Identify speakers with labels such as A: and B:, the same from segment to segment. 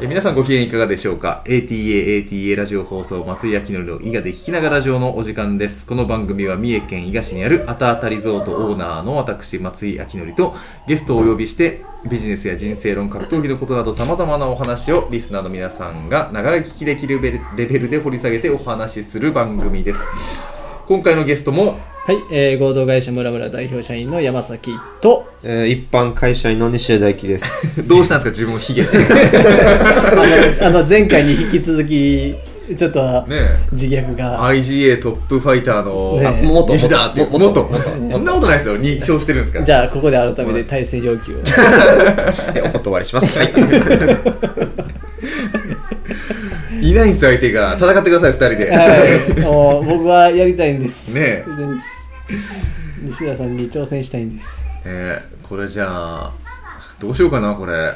A: え皆さんご機嫌いかがでしょうか ATA、ATA ラジオ放送、松井明則の伊賀で聞きながらラジオのお時間です。この番組は三重県伊賀市にあるアタアタリゾートオーナーの私、松井明則とゲストをお呼びして、ビジネスや人生論、格闘技のことなど様々なお話をリスナーの皆さんがながら聞きできるレベルレベルで掘り下げてお話しする番組です。今回のゲストも、
B: はい、えー合同会社ムラムラ代表社員の山崎と、
C: えー一般会社員の西江大輝です。
A: どうしたんですか自分をヒゲして。ね
B: あの、あの前回に引き続き、ちょっと、
A: え
B: 自虐が、
A: IGA トップファイターの、
B: ね
A: あ
C: 元
A: 西田っていう
C: 元元
A: 元そんなことないですよ2勝してるんですから
B: じゃあここで改めて対戦要求を。
C: えお断りします。はい。
A: いないんですよ相手が戦ってください2人で、
B: はい、もう僕はやりたいんです。
A: ねえ
B: やりたいんです西田さんに挑戦したいんです。
A: えーこれじゃあどうしようかなこれ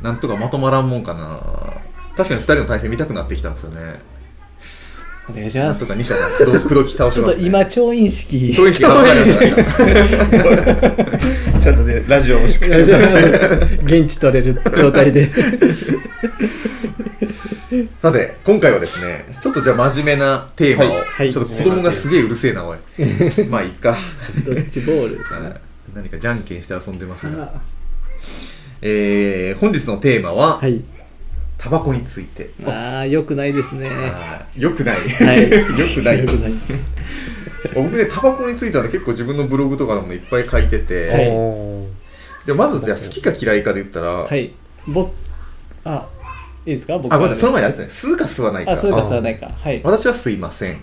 A: なんとかまとまらんもんかな確かに2人の対戦見たくなってきたんですよね
B: お願いし
A: な
B: ま
A: ん
B: す。
A: とか
B: ち
A: 西田さん黒黒木倒し
B: ょ
A: ま
B: っ
A: す、
B: と
A: ね、
B: 今、超飲識。
A: 超意識が分かりました
C: ちゃんとね、ラジオもしっかり。
B: 現地取れる状態で。
A: さて今回はですねちょっとじゃあ真面目なテーマを、
B: はいはい
A: ちょっと子供がすげえうるせえなお いまあいいか
B: ドッジボールかな。
A: 何かじゃんけんして遊んでますが、
B: あ
A: えー本日のテーマは、
B: はい。
A: タバコについて
B: ああ、良くないですね。
A: はいよく ない、
B: はい。
A: よくない
B: 良くないです。
A: 僕ねタバコについてはね結構自分のブログとかでもいっぱい書いてて、
B: はい
C: おー
A: でまずじゃあ好きか嫌いかで言ったら、
B: はい。僕、あ、いいですか僕
A: あごめんなさいその前にあれですね吸うか吸わないか
B: あ、そうか、そうないか。はい。
A: 私は吸いません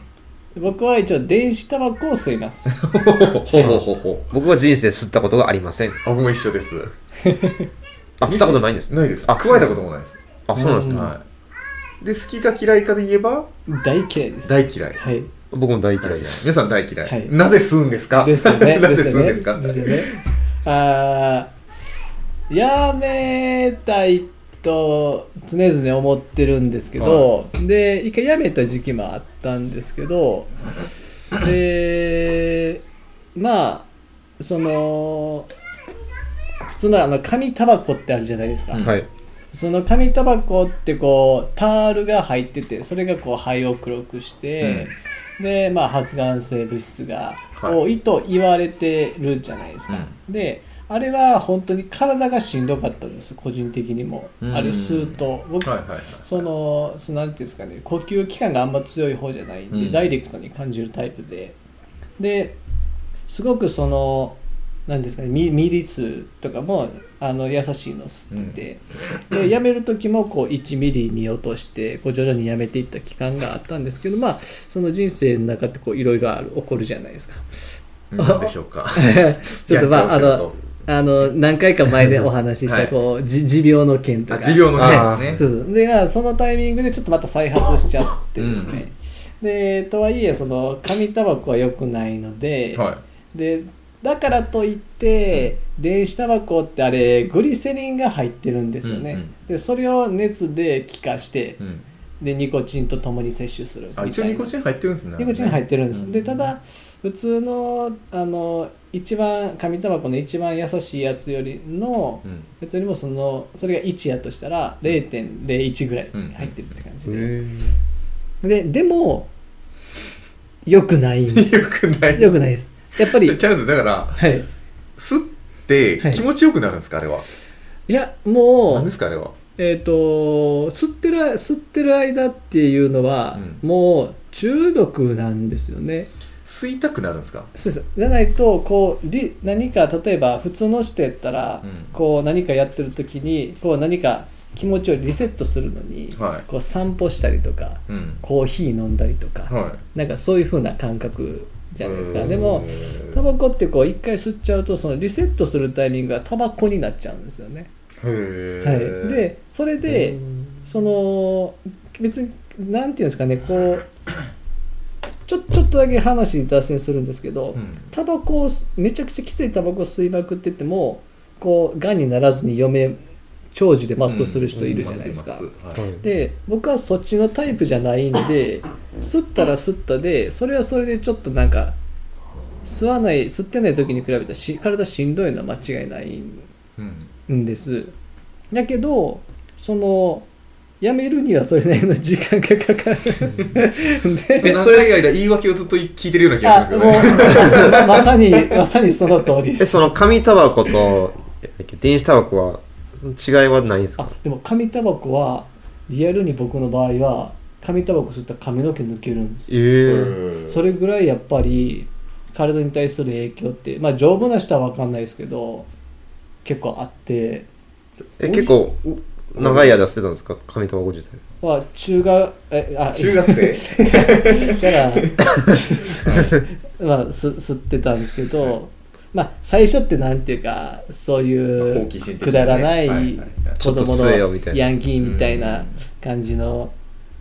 B: 僕は一応、電子タバコを吸いま す。
A: ほほほほほ
C: 僕は人生吸ったことがありません。
A: あ僕も一緒です
C: あ、吸ったことないんですね。
A: ないです
C: あ
A: あ加えたこともないです、
C: あ、そうなんです
B: うん
C: ね。
A: はいで好きか嫌いかで言えば
B: 大嫌いです。
A: 大嫌い
B: はい。
C: 僕も大嫌いです。
A: 皆さん大嫌い、
B: はい
A: なぜ吸うんですか
B: ですよね。
A: なぜ吸
B: よ
A: うんですか
B: ですよね。あーやめたいと常々思ってるんですけど、で、一回やめた時期もあったんですけど、で、まあ、その、普通のあの紙タバコってあるじゃないですか。
A: うん
C: はい。
B: その紙タバコってこうタールが入っててそれがこう肺を黒くして、でまあ発がん性物質が
A: はい
B: 多いと言われてるじゃないですか、であれは本当に体がしんどかったんです個人的にも、
A: うん
B: あれ吸うと僕、
A: はいはいはい
B: そのそのなんていうんですかね呼吸器官があんま強い方じゃないんで、
A: うん
B: ダイレクトに感じるタイプでですごくそのなんですかねみミリ数とかもあの優しいの吸ってて、でやめる時もこう1ミリに落としてこう徐々にやめていった期間があったんですけどまあその人生の中ってこういろいろある起こるじゃない ですか
A: 何でしょうか
B: ちょっとまあ
A: や
B: あ
A: っちゃう仕
B: の
A: 事
B: あの何回か前でお話しし
A: は
B: た
A: い
B: こう、じ持病の件と
A: あ
B: か
A: 持病の件ですね
B: そうそうでまあそのタイミングでちょっとまた再発しちゃってですね、でとはいえその紙タバコは良くないので,、
A: はい
B: でだからといって電子タバコってあれグリセリンが入ってるんですよね、
A: うんうん
B: でそれを熱で気化して
A: うん
B: でニコチンとともに摂取するみたい
A: あ
B: な
A: 一応ニコチン入ってるんですね
B: ニコチン入ってるんです、
A: う
B: でただ普通のあの一番紙タバコの一番優しいやつよりの、
A: うん
B: 別にもそのそれが1やとしたら0.01ぐらい入ってるって感じで、ででも良くな いんです
A: よくない
B: 良くないですやっぱり
A: チャンスだから
B: はい
A: 吸って気持ちよくなるんですかあれはい
B: やも
A: 何で
B: う
A: すかあれは
B: えっ、と吸ってる吸ってる間っていうのは、
A: う
B: もう中毒なんですよね
A: 吸いたくなるんですか
B: そうですじゃないとこうり何か例えば普通の人やったら、
A: うん
B: こう何かやってる時にこう何か気持ちをリセットするのに、
A: はい
B: こう散歩したりとか
A: うん
B: コーヒー飲んだりとか、
A: は
B: なんかそういう風な感覚
A: い
B: じゃないですかでもタバコってこう一回吸っちゃうとそのリセットするタイミングがタバコになっちゃうんですよね、
A: へー
B: はい、でそれでその別になんていうんですかねこうちょちょっとだけ話に脱線するんですけど、
A: うん
B: タバコをめちゃくちゃきついタバコを吸いまくっててもこうがんにならずに嫁長寿で全うする人いるじゃないですか、
A: うんます
C: は
A: はいい
B: で僕はそっちのタイプじゃないんで吸ったら吸ったでそれはそれでちょっとなんか吸わない吸ってない時に比べたらし体しんどいのは間違いない
A: うん
B: んですだけどその辞めるにはそれなりの時間がかかる で
A: え、それ以外で言い訳をずっと聞いてるような気が
B: あ
A: する
B: も
A: ん
B: う
A: ですよね。
B: ままさにまさにその通りで
D: え、
B: す
D: その紙タバコと、え電子タバコは、違いはないんです
B: あ
D: か
B: でも紙タバコはリアルに僕の場合は紙タバコ吸ったら髪の毛抜けるんですよ
D: ええ
B: それぐらいやっぱり体に対する影響ってまあ丈夫な人は分かんないですけど結構あって
D: え、結構、長い間捨てたんですか紙タバコ自体。
B: まあ中学えあ
A: 中学生
B: からまあす吸ってたんですけど、まあ最初ってなんていうかそうい
A: 好
B: う
A: 奇心的
B: く
A: にね
B: だらな
A: はいはい
B: い
A: はい
B: 子
D: ちょっと
B: 供
D: 吸えよみた
B: の
D: いな
B: ヤンキーみたいうなん感じの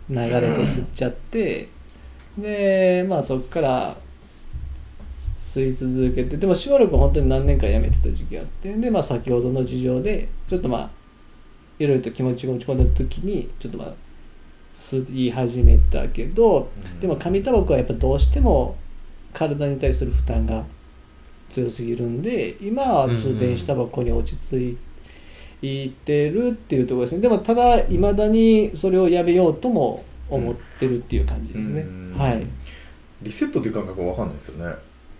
B: 流れで吸っちゃってでまあそっから吸い続けてでもしばらく本当に何年かやめてた時期があってでまあ先ほどの事情でちょっとまあいろいろと気持ちが落ち込んだ時にちょっとまあ吸い始めたけど でも紙タバコはやっぱどうしても体に対する負担が強すぎるんで今は通電子タバコに落ち着いてるっていうところですねでもただいまだにそれをやめようとも思ってるっていう感じですね、
A: うん
B: はい
A: リセットという感覚はわかんないですよね。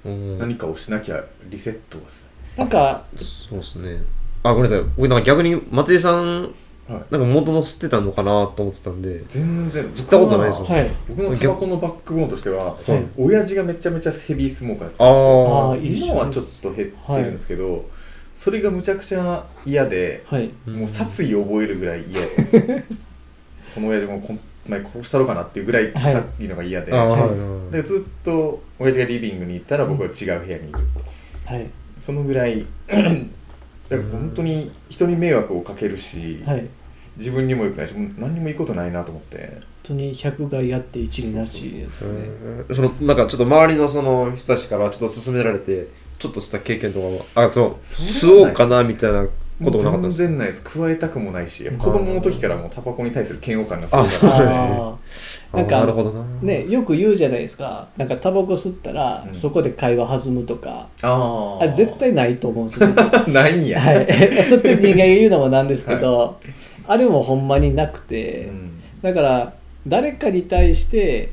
D: うん
A: 何かをしなきゃリセットはす
B: なんか
D: そうですね。あ、ごめんなさい。僕なんか逆に松井さん、
A: る。はい。
D: なんか元の捨てたのかなと思ってたんで。
A: 全然。
D: 知ったことないですもん
B: はい
A: 僕のタバコのバックボーンとしては、
B: はい
A: 親父がめちゃめちゃヘビースモーカーだった
D: あ
A: んですよ
B: あー一緒です
D: あ。
A: 今はちょっと減ってるんですけど、それがむちゃくちゃ嫌で、
B: はい
A: もう殺意を覚えるぐらい 嫌だったんですよこの親父もこん前こうしたろかなっていうぐらい
B: はい
A: さっきのが嫌で、
D: ああ、はい
A: でずっと親父がリビングに行ったら僕は違う部屋にいる、
B: はい
A: そのぐら いだから本当に人に迷惑をかけるし、
B: はい本
A: 自分にも良くないしもう何にもいいことないなと思って
B: 当に100害あって1になしですね
D: えーその、なんかちょっと周りのその人たちからちょっと勧められて、ちょっとした経験とかは、あ、そう、
A: そ
D: 吸
A: う
D: おうかなみたいなこともなかった
A: 全
D: んですか
A: 然ないです加えたくもないし子供の時からもうタバコに対する嫌悪感がすごいから
D: あそうですね
B: あ
D: あ
B: 然なんか
D: ーなるほどな。
B: ーね、よく言うじゃないですかなんかタバコ吸ったら、
A: うん
B: そこで会話弾むとか
A: あ
B: あ絶対ないと思うんですよ
A: 対 ないんや、
B: はい、 そうやって人間が言うのもなんですけど、あれもほんまになくて、
A: うん
B: だから誰かに対して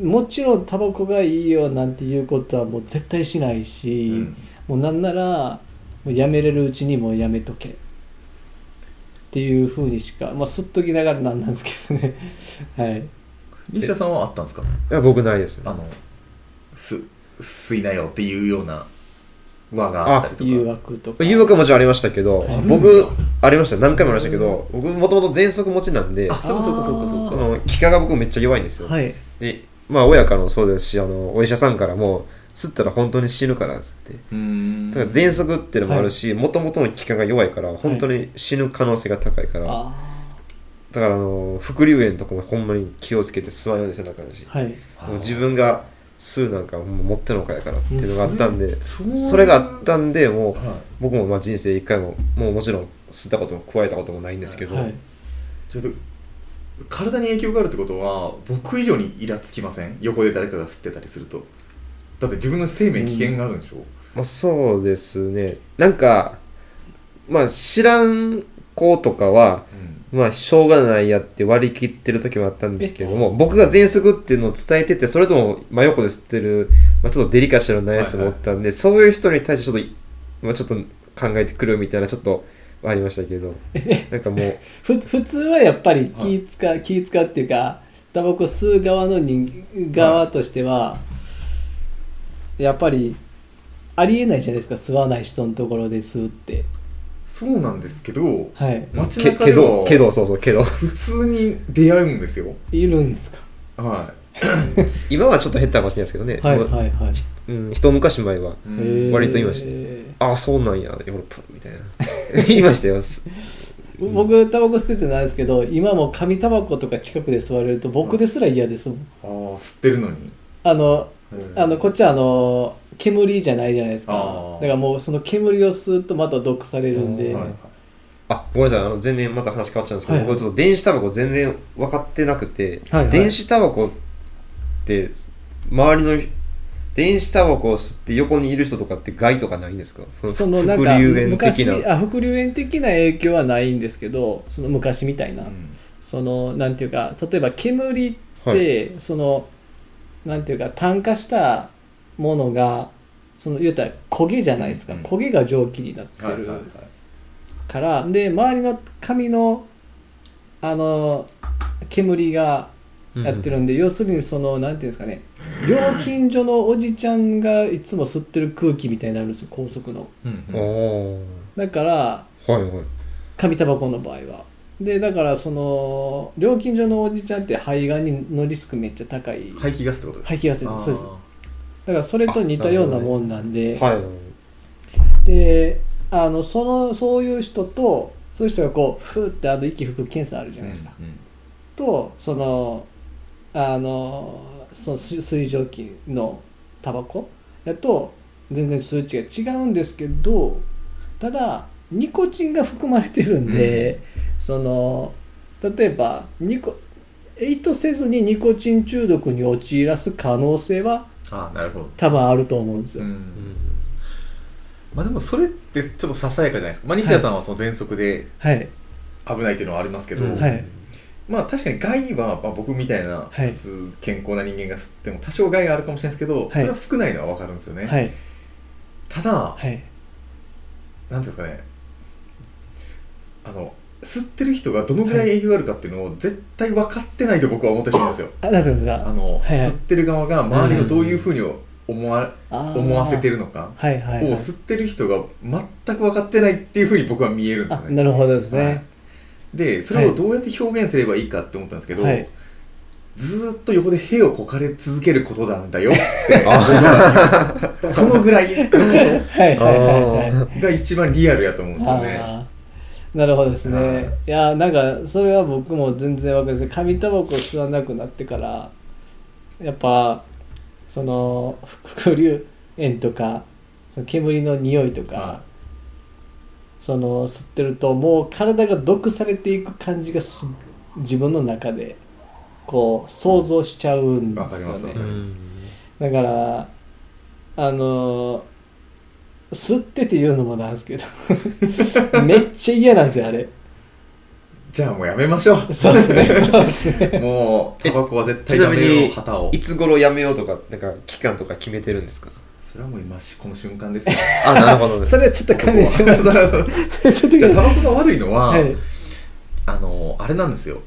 B: もちろんタバコがいいよなんていうことはもう絶対しないし、
A: うん
B: もうなんならもうやめれるうちにもうやめとけっていうふうにしかまあすっときながらなんなんですけどねはい
A: 西田さんはあったんですか
D: いや、僕ないです。
A: あのす吸いなよっていうような輪があったりとか
B: 誘惑とか
D: 誘惑はもちろんありましたけど
B: はい、
D: 僕、ありました。何回もありましたけど、僕もともと喘息持ちなんで、
A: あそうかそうかそうかそうか
D: その、気化が僕めっちゃ弱いんですよ。
B: はい
D: で、まあ親からもそうですし、あの、お医者さんからも、吸ったら本当に死ぬからっつって。
A: うーん
D: だから喘息っていうのもあるし、もともとの気管が弱いから、本当に死ぬ可能性が高いから、
B: あ
D: だからあの、副流炎とかもほんまに気をつけて吸わんようにせなあかんし、
B: ーはい
D: もう自分が吸うなんかもう持ってのほかやからっていうのがあったんで、
A: そ
D: それがあったんで、もう
A: はい
D: 僕もまあ人生一回も、もうもちろん吸ったことも加えたこともないんですけど、
B: はい
A: ちょっと体に影響があるってことは僕以上にイラつきません横で誰かが吸ってたりするとだって自分の生命危険があるんでしょ、
D: まあ、そうですね、なんか、まあ知らん子とかは、
A: うん
D: まあ、しょうがないやって割り切ってる時もあったんですけれども、僕が喘息っていうのを伝えてて、それとも真横で吸ってる、まあ、ちょっとデリカシーのないやつもおったんで、そういう人に対してちょっと、まあ、ちょっと考えてくるみたいな、ちょっとありましたけど、なんかもう、
B: ふ普通はやっぱり気使う、気使うっていうかタバコ吸う側の人側としては、やっぱりありえないじゃないですか吸わない人のところで吸うって
A: そうなんですけど
B: はい
A: 街
D: け
A: 中
D: け
A: で
D: ど、
A: は
D: けど、そうそう、けど、
A: 普通に出会うんですよ
B: いるんですか
A: は
D: 今はちょっと減ったかもしれないですけどね、
B: はい
D: もう
B: はいはい
D: うん、一昔前は、
A: い、
B: へ
A: うん
B: ー
D: 割と言いましたああ、そうなんや、ヨーロッパ、みたいな。 言いましたよ。す
B: 僕タバコ吸っててないですけど今も紙タバコとか近くで吸われると僕ですら嫌ですもん
A: ああ吸ってるのに、
B: あの
A: うん
B: あのこっちはあの煙じゃないじゃないですか
A: あー
B: だからもうその煙を吸うとまた毒されるんで、
A: はいはい
D: あ、ごめんなさい、あの、全然また話変わっちゃうんですけど、
B: はい
D: 僕ちょっと電子タバコ全然分かってなくて、
B: はいはい
D: 電子タバコって、周りの電子タバコを吸って横にいる人とかって害とかないんですか
B: そのなん
D: 副
B: か
D: 流煙
B: 昔
D: 的な。
B: あ副流煙的な影響はないんですけどその昔みたいな、
C: うん
B: そのなんていうか例えば煙って、そのなんていうか炭化したものがその言うたら焦げじゃないですか、
C: うんうん
B: 焦げが蒸気になって
A: はいはいはい
B: るから、で周りの紙のあの煙がやってるんで、要するにそのなんていうんですかね料金所のおじちゃんがいつも吸ってる空気みたいになるんですよ高速の
A: うん
D: う。
A: うんん
D: お
B: だから
D: ーはいはい。
B: 紙タバコの場合はでだからその料金所のおじちゃんって肺がんのリスクめっちゃ高い
A: 排気ガスってことですか
B: 排気ガスですそうですだからそれと似たようなもんなんで、
D: はい。
B: であのそのそういう人とそういう人がこうふーってあの息吹く検査あるじゃないですか、
A: うんうん
B: とそのあのその水水蒸気のタバコだと全然数値が違うんですけどただニコチンが含まれてるんで、その例えばニコ意図せずにニコチン中毒に陥らす可能性は
A: ああなるほど
B: 多分あると思うんですよ、
A: うんまあでもそれってちょっとささやかじゃないですか、まあ、西田さんはその喘息で
B: はい
A: 危ないっていうのはありますけど、
D: うん
B: はい
A: まあ確かに害は、まあ、僕みたいな
B: はい
A: 普通健康な人間が吸っても多少害があるかもしれないですけど、
B: い
A: それは少ないのは分かるんですよね、
B: はい
A: ただ、
B: はい
A: なんていうんですかねあの吸ってる人がどのぐらい影響があるかっていうのを絶対分かってないと僕は思ってしまうんですよ
B: あなんていうんです
A: あ
B: か
A: の、
B: はいはい
A: 吸ってる側が周りをどういうふうに思わ,、
B: あー
A: 思わせてるのか
B: はい
A: を
B: はい、はい、
A: 吸ってる人が全く分かってないっていうふうに僕は見えるんです
B: あ
A: よね
B: なるほどですね、
A: はいでそれをどうやって表現すればいいかって思ったんですけど、
B: はい
A: ずーっと横で屁をこかれ続けることなん だよ
D: あ
A: そのぐらいのこ
B: はいはいはいはい
A: とが一番リアルやと思うんですよね
B: あーなるほどです
A: はい
B: ねいやーなんかそれは僕も全然わかりません紙タバコ吸わなくなってからやっぱその副流煙とかその煙の匂いとか、
A: は
B: その吸ってるともう体が毒されていく感じがす自分の中でこう想像しちゃうん
A: わ
B: で
A: かり
B: す
A: ま
B: よ
A: す
B: ね
A: わかり
D: う
A: ま
D: ん
B: だからあの吸ってって言うのもなんです けどめっちゃ嫌なんですよあれ
A: じゃあもうやめましょう
B: そうですねそうですね
A: もうタバコは絶対
D: えち
A: ダ
D: なみに
A: メよ旗を
D: いつ頃やめようとか、なんか期間とか決めてるんですか
A: それはもう今しこの瞬間ですよ
D: あ、なるほどね
B: そ。れはちょっと関連しない
A: そうそうそう
B: それちょっと
A: じゃあタ
B: 関
A: バコが悪いのは、
B: 連
A: あのあれなんですよ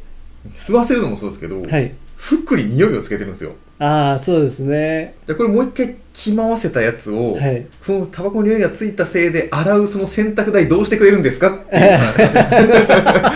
A: 吸わせるのもそうですけど、
B: はい、はい、
A: ふっくり匂いをつけてるんですよ
B: ああそうですね
A: じゃあこれもう一回着回せたやつを、
B: はい
A: そのタバコの匂いがついたせいで洗うその洗濯代どうしてくれるんですかっていう話なんですよ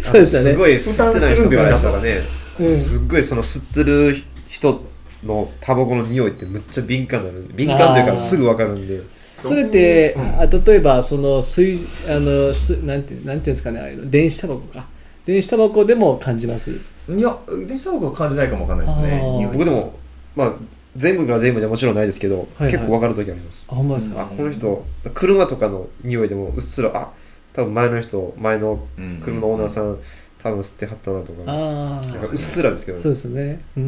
B: そうですよね
D: すごい吸ってない人からしたらね、
B: うん
D: すっごいその吸ってる人のタバコの匂いってむっちゃ敏感なる敏感という
B: あー
D: かすぐ分かるんで
B: それって、
A: うん
B: あ例えばその水あのすなんてなんていうんですかねああいうの電子タバコか電子タバコでも感じます
A: いや電子タバコは感じないかもわかんないです
B: あー
A: ね
D: 僕でもまあ全部が全部じゃもちろんないですけど、
B: はいはい
D: 結構分かる時あります
B: あほんまです
A: うん
B: か
D: あこの人車とかの匂いでもうっすらあ多分前の人前の車のオーナーさん、多分吸ってはったなとかなんか
B: ああ
D: うっすらですけど、
B: そうですね。うん、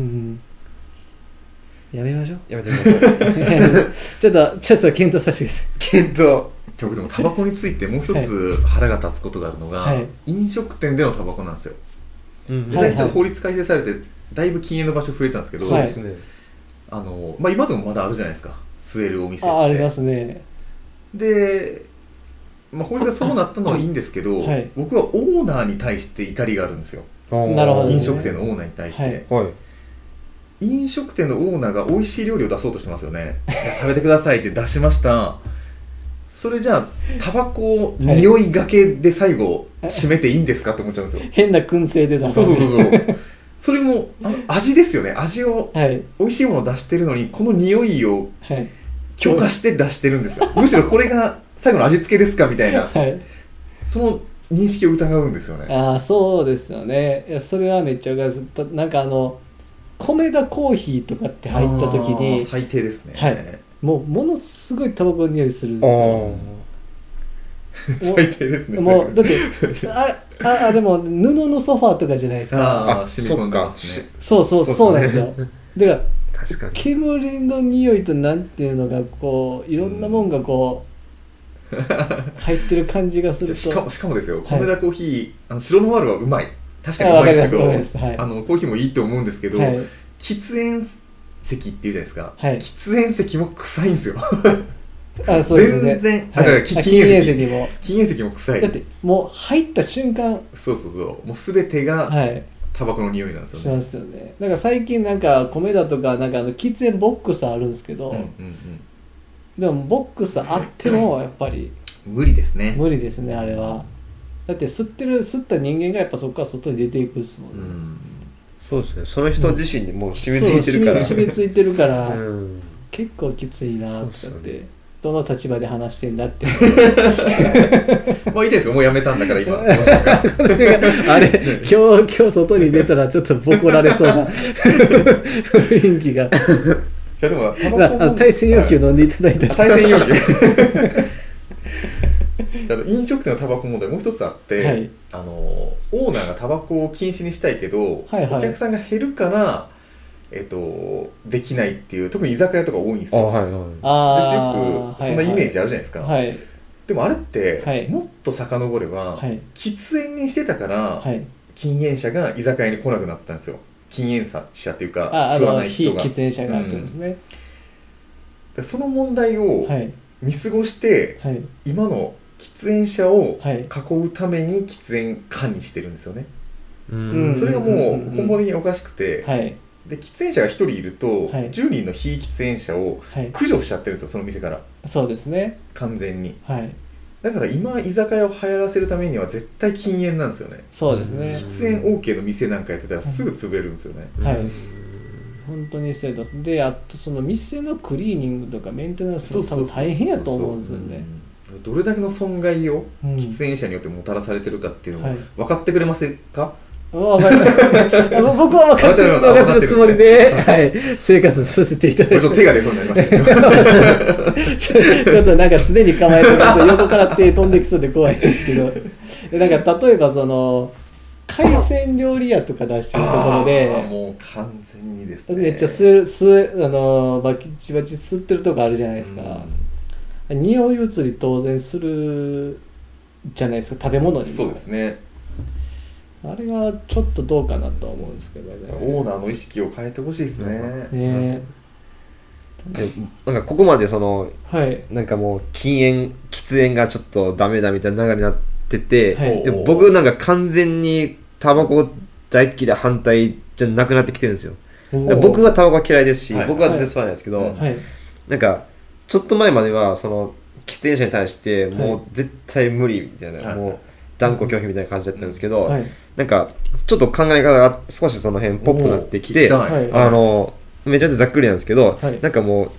B: うん。やめましょう。
D: やめてください
B: ちょっと、ちょっと検討させてください。
D: けど
A: ちょ僕でもタバコについてもう一つ腹が立つことがあるのが、
B: はい
A: 飲食店でのタバコなんですよで
B: はい
A: ちょっと法律改正されてだいぶ禁煙の場所増えたんですけど、
D: そうですね、
A: あのまあ、今でもまだあるじゃないですか吸えるお店って
B: あ、ありますね。
A: で、まあ、法律がそうなったのはいいんですけど、
B: はい
A: 僕はオーナーに対して怒りがあるんですよ
B: なるほどね
A: 飲食店のオーナーに対して、
B: はい
D: はい
A: 飲食店のオーナーが美味しい料理を出そうとしてますよねいや食べてくださいって出しましたそれじゃあタバコを
B: はい
A: 匂いがけで最後締めていいんですかって思っちゃうんですよ
B: 変な燻製で出す。
A: そうそうそうそうそれもあの味ですよね味を
B: はい。
A: 美味しいものを出してるのにこの匂いを
B: はい。
A: 許可して出してるんですかむしろこれが最後の味付けですかみたいな
B: はい。
A: その認識を疑うんですよね
B: ああ、そうですよね。いや、それはめっちゃわかりますた。なんかあの、米田コーヒーとかって入った時
A: あー
B: に、
A: 最低ですね、
B: はいもう、ものすごいタバコの匂いするん
D: あ
B: ですよ。
D: ー
A: 最低ですね
B: もう、だって、あ、あ、あでも、布のソファーとかじゃないですか。
A: ああ
D: あ
A: 染み込んでますね
B: そうそう、
D: そう
B: そうな ん
D: で
B: です
D: すね
B: よ。だから、
D: 確かに。
B: 煙の匂いとなんていうのがこういろんなもんがこう入ってる感じがすると
A: しかもしかもですよ、
B: い
A: コメダコーヒーあの白ノワールはうまい確かに
B: あ
A: うまいんですけ
B: わ
A: ど
B: かりますわかりますはい
A: あのコーヒーもいいと思うんですけど、
B: はい、
A: 喫煙席っていうじゃないですか、
B: はい
A: 喫煙席も臭いんですよ
B: あそうです
A: 全
B: ね
A: 然
B: はい、
A: だから
B: あ
A: 禁
B: 禁
A: 煙
B: 煙
A: 席
B: 席も
A: 禁煙席も臭い
B: だってもう入った瞬間
A: そうそうそうもう全てが
B: はい
A: タバコの匂いなんです
B: し
A: よね、
B: ますよねなんか最近なんか米だとかなんかあの喫煙ボックスあるんですけど、
A: うんうん
B: でもボックスあってもやっぱり
A: うん、無理ですね
B: 無理ですねあれはだって吸ってる吸った人間がやっぱそこから外に出ていくっすもん
A: う
B: ね、
A: ん
D: そうですね。その人自身にもう染みついてるから。
B: そう染み染みついてるから、
D: うん。
B: 結構きついなって
D: そう
B: な
D: っ
B: っ
D: すよ
B: て、
D: ね
B: どの立場で話してんだって
A: まあいいじゃないですかもうやめたんだから 今どうしようか
B: あれ今日今日外に出たらちょっとボコられそうな 雰囲気が
A: じゃあでもタ
B: ま
A: バ
B: あ
A: コ
B: あの
A: も
B: 対戦要求
A: はい
B: 飲んでいただいたら、
A: 対戦要 求じゃあ飲食店のタバコ問題もう一つあって、
B: はい
A: あのオーナーがタバコを禁止にしたいけど、
B: はいはい
A: お客さんが減るから、えっと、できないっていう特に居酒屋とか多いんです
D: あ、
A: よ、
D: はいはい。
B: あ
A: でよ
B: ー
A: くそんなイメージ
B: あ
A: あるじゃないですか、
B: はいはい
A: でもあれって、
B: はい
A: もっと遡れば、
B: はい
A: 喫煙にしてたから、
B: はい
A: 禁煙者が居酒屋に来なくなったんですよ禁煙者っていうか
B: ああ
A: 吸わ
B: の
A: ない
B: 非
A: 人が
B: 喫煙者があったんですね、
A: でその問題を
B: はい
A: 見過ごして、
B: はい
A: 今の喫煙者を
B: はい
A: 囲うために喫煙管にしてるんですよね、
D: う
B: うん
A: それがもう
B: うん
A: 根本的におかしくて、
B: はい
A: で喫煙者が1人いると、
B: はい
A: 10人の非喫煙者を
B: はい
A: 駆除しちゃってるんですよその店から
B: そうですね
A: 完全に
B: はい
A: だから今居酒屋を流行らせるためには絶対禁煙なんですよね
B: そうですね、
A: 喫煙 OK の店なんかやってたらすぐ潰れるんですよね、
B: はい
D: うん
B: 本当にそうだであとその店のクリーニングとかメンテナンス
A: そ
B: も
A: うそう
B: 多
A: そう
B: 分大変やと思うんですよね
A: うんどれだけの損害を
B: うん
A: 喫煙者によってもたらされてるかっていうの
B: は
A: を
B: い
A: 分かってくれませんか、
B: わかりました僕は分かってる
A: わか
B: 分
A: ってる
B: かってるつもりで、はい、生活させていた
A: これ
B: だ
A: ち
B: い
A: ょ
B: て
A: っと手が出そうになりま したけど
B: ちょっとなんか常に構えてると横から手飛んできそうで怖いですけどでなんか例えばその海鮮料理屋とか出してるところ
A: あー
B: で
A: もう完全にですね
B: めっちゃ吸える吸えあのバキバチ吸ってるとこあるじゃないですか、匂い移り当然するじゃないですか食べ物
A: う
B: に
A: ん
B: も
A: そうですね
B: あれがちょっとどうかなとは思うんですけどね
A: オーナーの意識を変えてほしいですね、
B: ね
D: でなんかここまでその、
B: はい
D: なんかもう禁煙、喫煙がちょっとダメだみたいな流れになってて、
B: はい
D: で僕なんか完全にタバコ大嫌い反対じゃなくなってきてるんですよ。僕はタバコは嫌いですし、
A: はい
D: 僕は全然吸わないですけど、
A: はい
B: はい
D: なんかちょっと前まではその喫煙者に対して
B: い
D: もう絶対無理みたいな、
A: はい
D: もう断固拒否みたいな感じだったんですけど、
B: はい
D: なんかちょっと考え方が少しその辺ポップになってきて
A: おー聞きたい
B: は
D: あのめちゃめちゃざっくりなんですけど、
B: はい
D: なんかも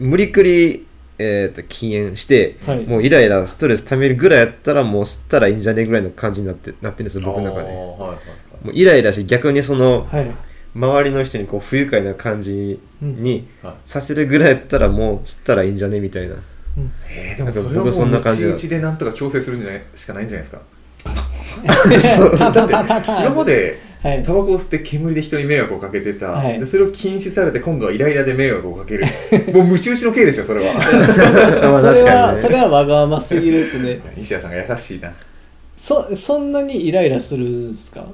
D: う無理くり、えー、と禁煙して、
B: はい
D: もうイライラストレス溜めるぐらいやったらもう吸ったらいいんじゃねえぐらいの感じになってなってるんですよ僕の中
A: あーは
D: で。
A: いはいはい
D: もうイライラし逆にその
B: はい
D: 周りの人にこう不愉快な感じに
A: はい
D: させるぐらいやったらもう吸ったらいいんじゃねみたいな
B: うん
A: えー、でも
D: なんか
A: それは
D: 僕そん
A: も
D: な
A: う
D: 感じだ
A: 内ちでなんとか強制するんじゃないしかないんじゃないです か
B: パパパパパ
A: 今まで
B: はい
A: タバコを吸って煙で人に迷惑をかけてた、
B: はい
A: でそれを禁止されて今度はイライラで迷惑をかける もう無中止の刑でしょそれは
D: まあ
B: それ
D: 確か
B: は
D: にね
B: それはわがまますぎですね
A: 西田さんが優しいない
B: そそんなにイライラするんですか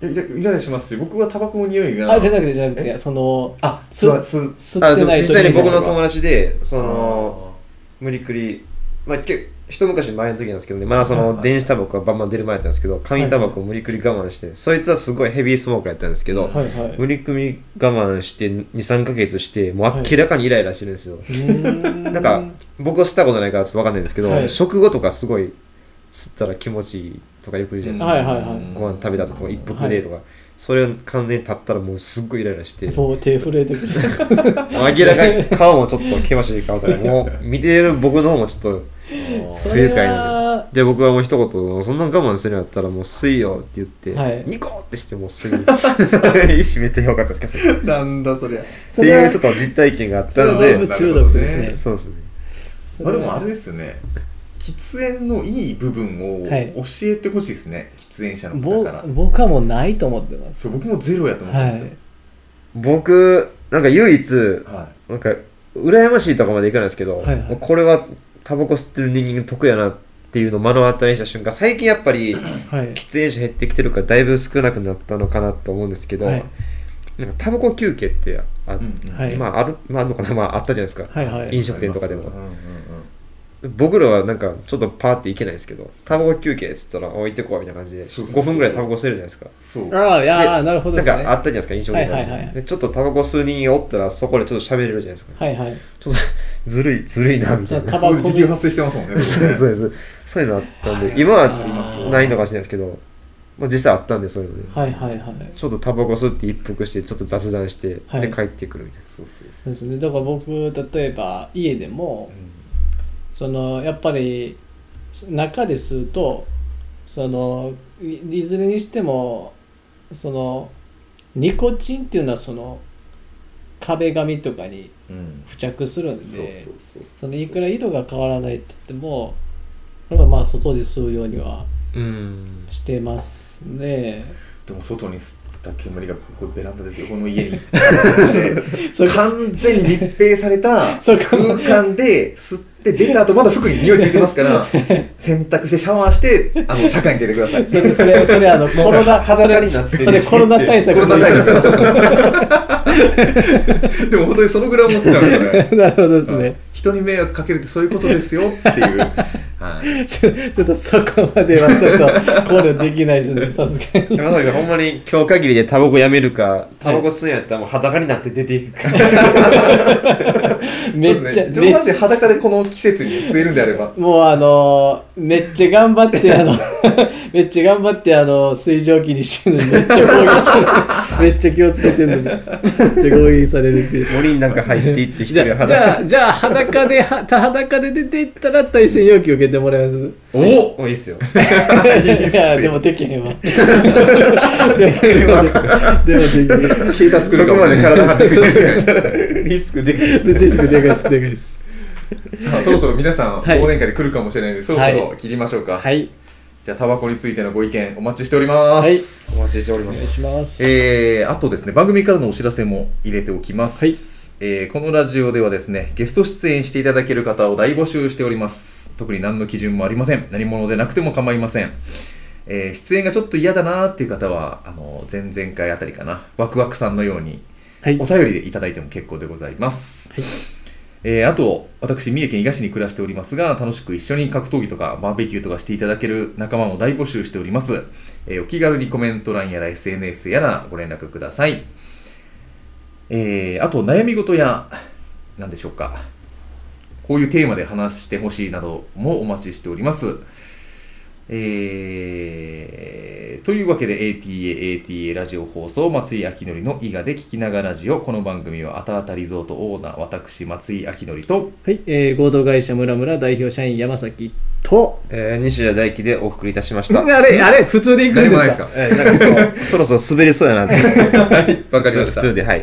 A: やイライラしますし僕はタバコの匂いが
B: あじゃなくてじゃなくて
A: え
B: その
A: あ
B: す
A: 吸わ吸
B: 吸って
D: あ
B: な
D: で
B: い
D: も実
B: 人
D: 際に僕
A: いいじゃ
D: の
A: ん
D: 友達でそ
A: あ
D: の無理くりまあけ一昔前の時なんですけどねまだそ
A: はいはい
D: の電子タバコがバンバン出る前だったんですけど紙タバコを無理くり我慢してそいつはすごいヘビースモーカーやったんですけど、
A: は
B: はいはい
D: 無理くり我慢して23ヶ月してもう明らかにイライラしてるんですよ、
B: な
D: なんか僕は吸ったことないからちょっとわかんないんですけど、
B: はい
D: 食後とかすごい吸ったら気持ちいいとかよく言うじゃないですか、
B: はいはいはい
D: ご飯食べたとか一服でとか、それを完全に立ったらもうすっごいイライラして明
B: もう手震えてくる
D: らかに顔もちょっと険しい顔とか もう見てる僕の方もちょっと
A: あ
D: 不愉快
B: それは
D: なんでで僕はもう一言「そんな我慢するんやったらもう吸いよ」って言って、
B: はい
D: ニコってしてもうすぐ意思めっちゃ良かったですけどっ
A: ーなんだそりゃ
D: ていうちょっと実体験があったの
B: それ
D: で
B: は中毒ですね
D: そうですね
B: そ
A: まあ、
B: れ
A: で
B: は
A: もあれですよね喫煙のいい部分を
B: はい
A: 教えてほしいですね、喫煙者の方
B: ぼ
A: から
B: 僕はもうないと思ってます
A: そう僕もゼロやと思うんですよ、
B: はい
D: 僕なんか唯一、
A: は
D: なんか、羨ましいとかまでいかないですけど、
B: はいはい
D: もうこれはタバコ吸ってる人間得やなっていうのを目の当たりにした瞬間、最近やっぱり、
B: はい
D: 喫煙者減ってきてるからだいぶ少なくなったのかなと思うんですけど、
B: はい
D: なんかタバコ休憩ってあ、
A: い。うんうん
B: はい
D: まあある、まあ、あるのかな、まあ、あったじゃないですか、
B: はいはい
D: 飲食店とかで
A: うんう
D: も
A: んうん
D: 僕らはなんかちょっとパーって行けないですけどタバコ休憩っつったら置いてこうみたいな感じで
A: そうそう
D: 5分ぐらいタバコ吸えるじゃないですか
A: そう。
B: ああいや
D: で
B: ーなるほど
D: な
B: で
D: ん
B: すね
D: かあったじゃないですか飲食店とかで,、
B: はいはいはい
D: でちょっとタバコ吸う人間おったらそこでちょっと喋れるじゃないですか
B: はいはい
D: ちょっとずるいずるいなみ たいな
B: タ
A: タ
B: バ
A: バ
B: コ
A: コ。時給発生してますもんね。
D: そうですそう
A: う。
D: ですそういうのあったん
B: は
D: で
B: い
D: 今は
B: あります
D: ないのかもしれないですけど、まあ、実際あったんでそういうので、
B: はいはいはいそ
D: ちょっとタバコ吸って一服してちょっと雑談して、
B: はい
D: で帰ってくるみたいな
A: そうそう
B: うですねだから僕例えば家でもそのやっぱり中で吸うとそのいいずれにしてもそのニコチンっていうのはその壁紙とかに
A: そう。うん。
B: 付着するんで
A: そうそうそう。
B: そのいくら色が変わらないって言ってもやっぱまあ外で吸うようには
D: うん
B: してますね
A: でも外に吸った煙がここベランダですよこの家に
B: そこ
A: 完全に密閉された
B: そ
A: 空
B: こ
A: 間で吸って出た後まだ服に匂いついてますから洗濯してシャワーしてあの社会に出てください
B: それそれそれあのコロナ
D: 裸になって
B: それそれコロナ対策
A: コロナ
B: と一緒
A: 対策でも本当にそのぐらい思っちゃうんですよね
B: なるほどですね
A: 人に迷惑かけるってそういうことですよっていう、はい、
B: ちょちょっとそこまではちょっと考慮できないですねさすがに
D: 山崎さんほんまに今日限りでタバコやめるかタバコ吸うんやったらもう裸になって出ていくか
B: めっ
A: そ
B: ちゃ、
A: うですね
B: め
A: 上半身裸でこの季節に吸えるんであれば
B: もうあのーめっちゃ頑張ってあの めっちゃ頑張ってあの水蒸気にしてるのにめっちゃ攻撃されるめっちゃ気をつけてるのにめっちゃ攻撃されるっていう
D: 森の中入っていって
B: じ
D: 一人で
B: ゃあ、
D: 裸
B: じゃあ、じゃあ裸で、は裸で出ていったら対戦要求受けてもらいます。
D: おおいいっすよ
B: いや、でもできへんわ。でも、でもできへん。
A: 警察来
D: そ
A: るかも
D: こま
A: ね
D: で体張ってくるリスクでかいっす
B: で、ディスクでかいです、でかいです。
A: さあそろそろ皆さん、
B: はい
A: 忘年会で来るかもしれないのでそろそ
B: は
A: ろ切りましょうか、
B: はい。
A: じゃあタバコについてのご意見お待ちしております、
B: はい。
D: お待ちしておりま
B: お願い
D: す
B: します。
A: えー、あとですね番組からのお知らせも入れておきます、
B: はい
A: えーこのラジオではですねゲスト出演していただける方を大募集しております特に何の基準もありません何者でなくても構いませんえー出演がちょっと嫌だなーっていう方はあの前々回あたりかなワクワクさんのように
B: はい
A: お。便りでいただいても結構でございます、
B: はい
A: えーあと私三重県伊賀市に暮らしておりますが楽しく一緒に格闘技とかバーベキューとかしていただける仲間も大募集しております、えーお気軽にコメント欄やら SNS やらご連絡ください、えーあと悩み事や何でしょうかこういうテーマで話してほしいなどもお待ちしておりますえーというわけで ATA、ATA ラジオ放送、松井明則の伊賀で聞きながらラジオ。この番組は、あたあたリゾートオーナー、私、松井明則と、
B: はい。えー合同会社ムラムラ代表社員山崎と、
D: えー西田大輝でお送りいたしまし
B: あ
D: た
B: れ、あれ、普通で行く
A: 何
B: んで
A: もないです
B: すか
A: か
D: えーなんかちょっとそろそろ滑りそうやなって
A: わかりました
D: 普通ではい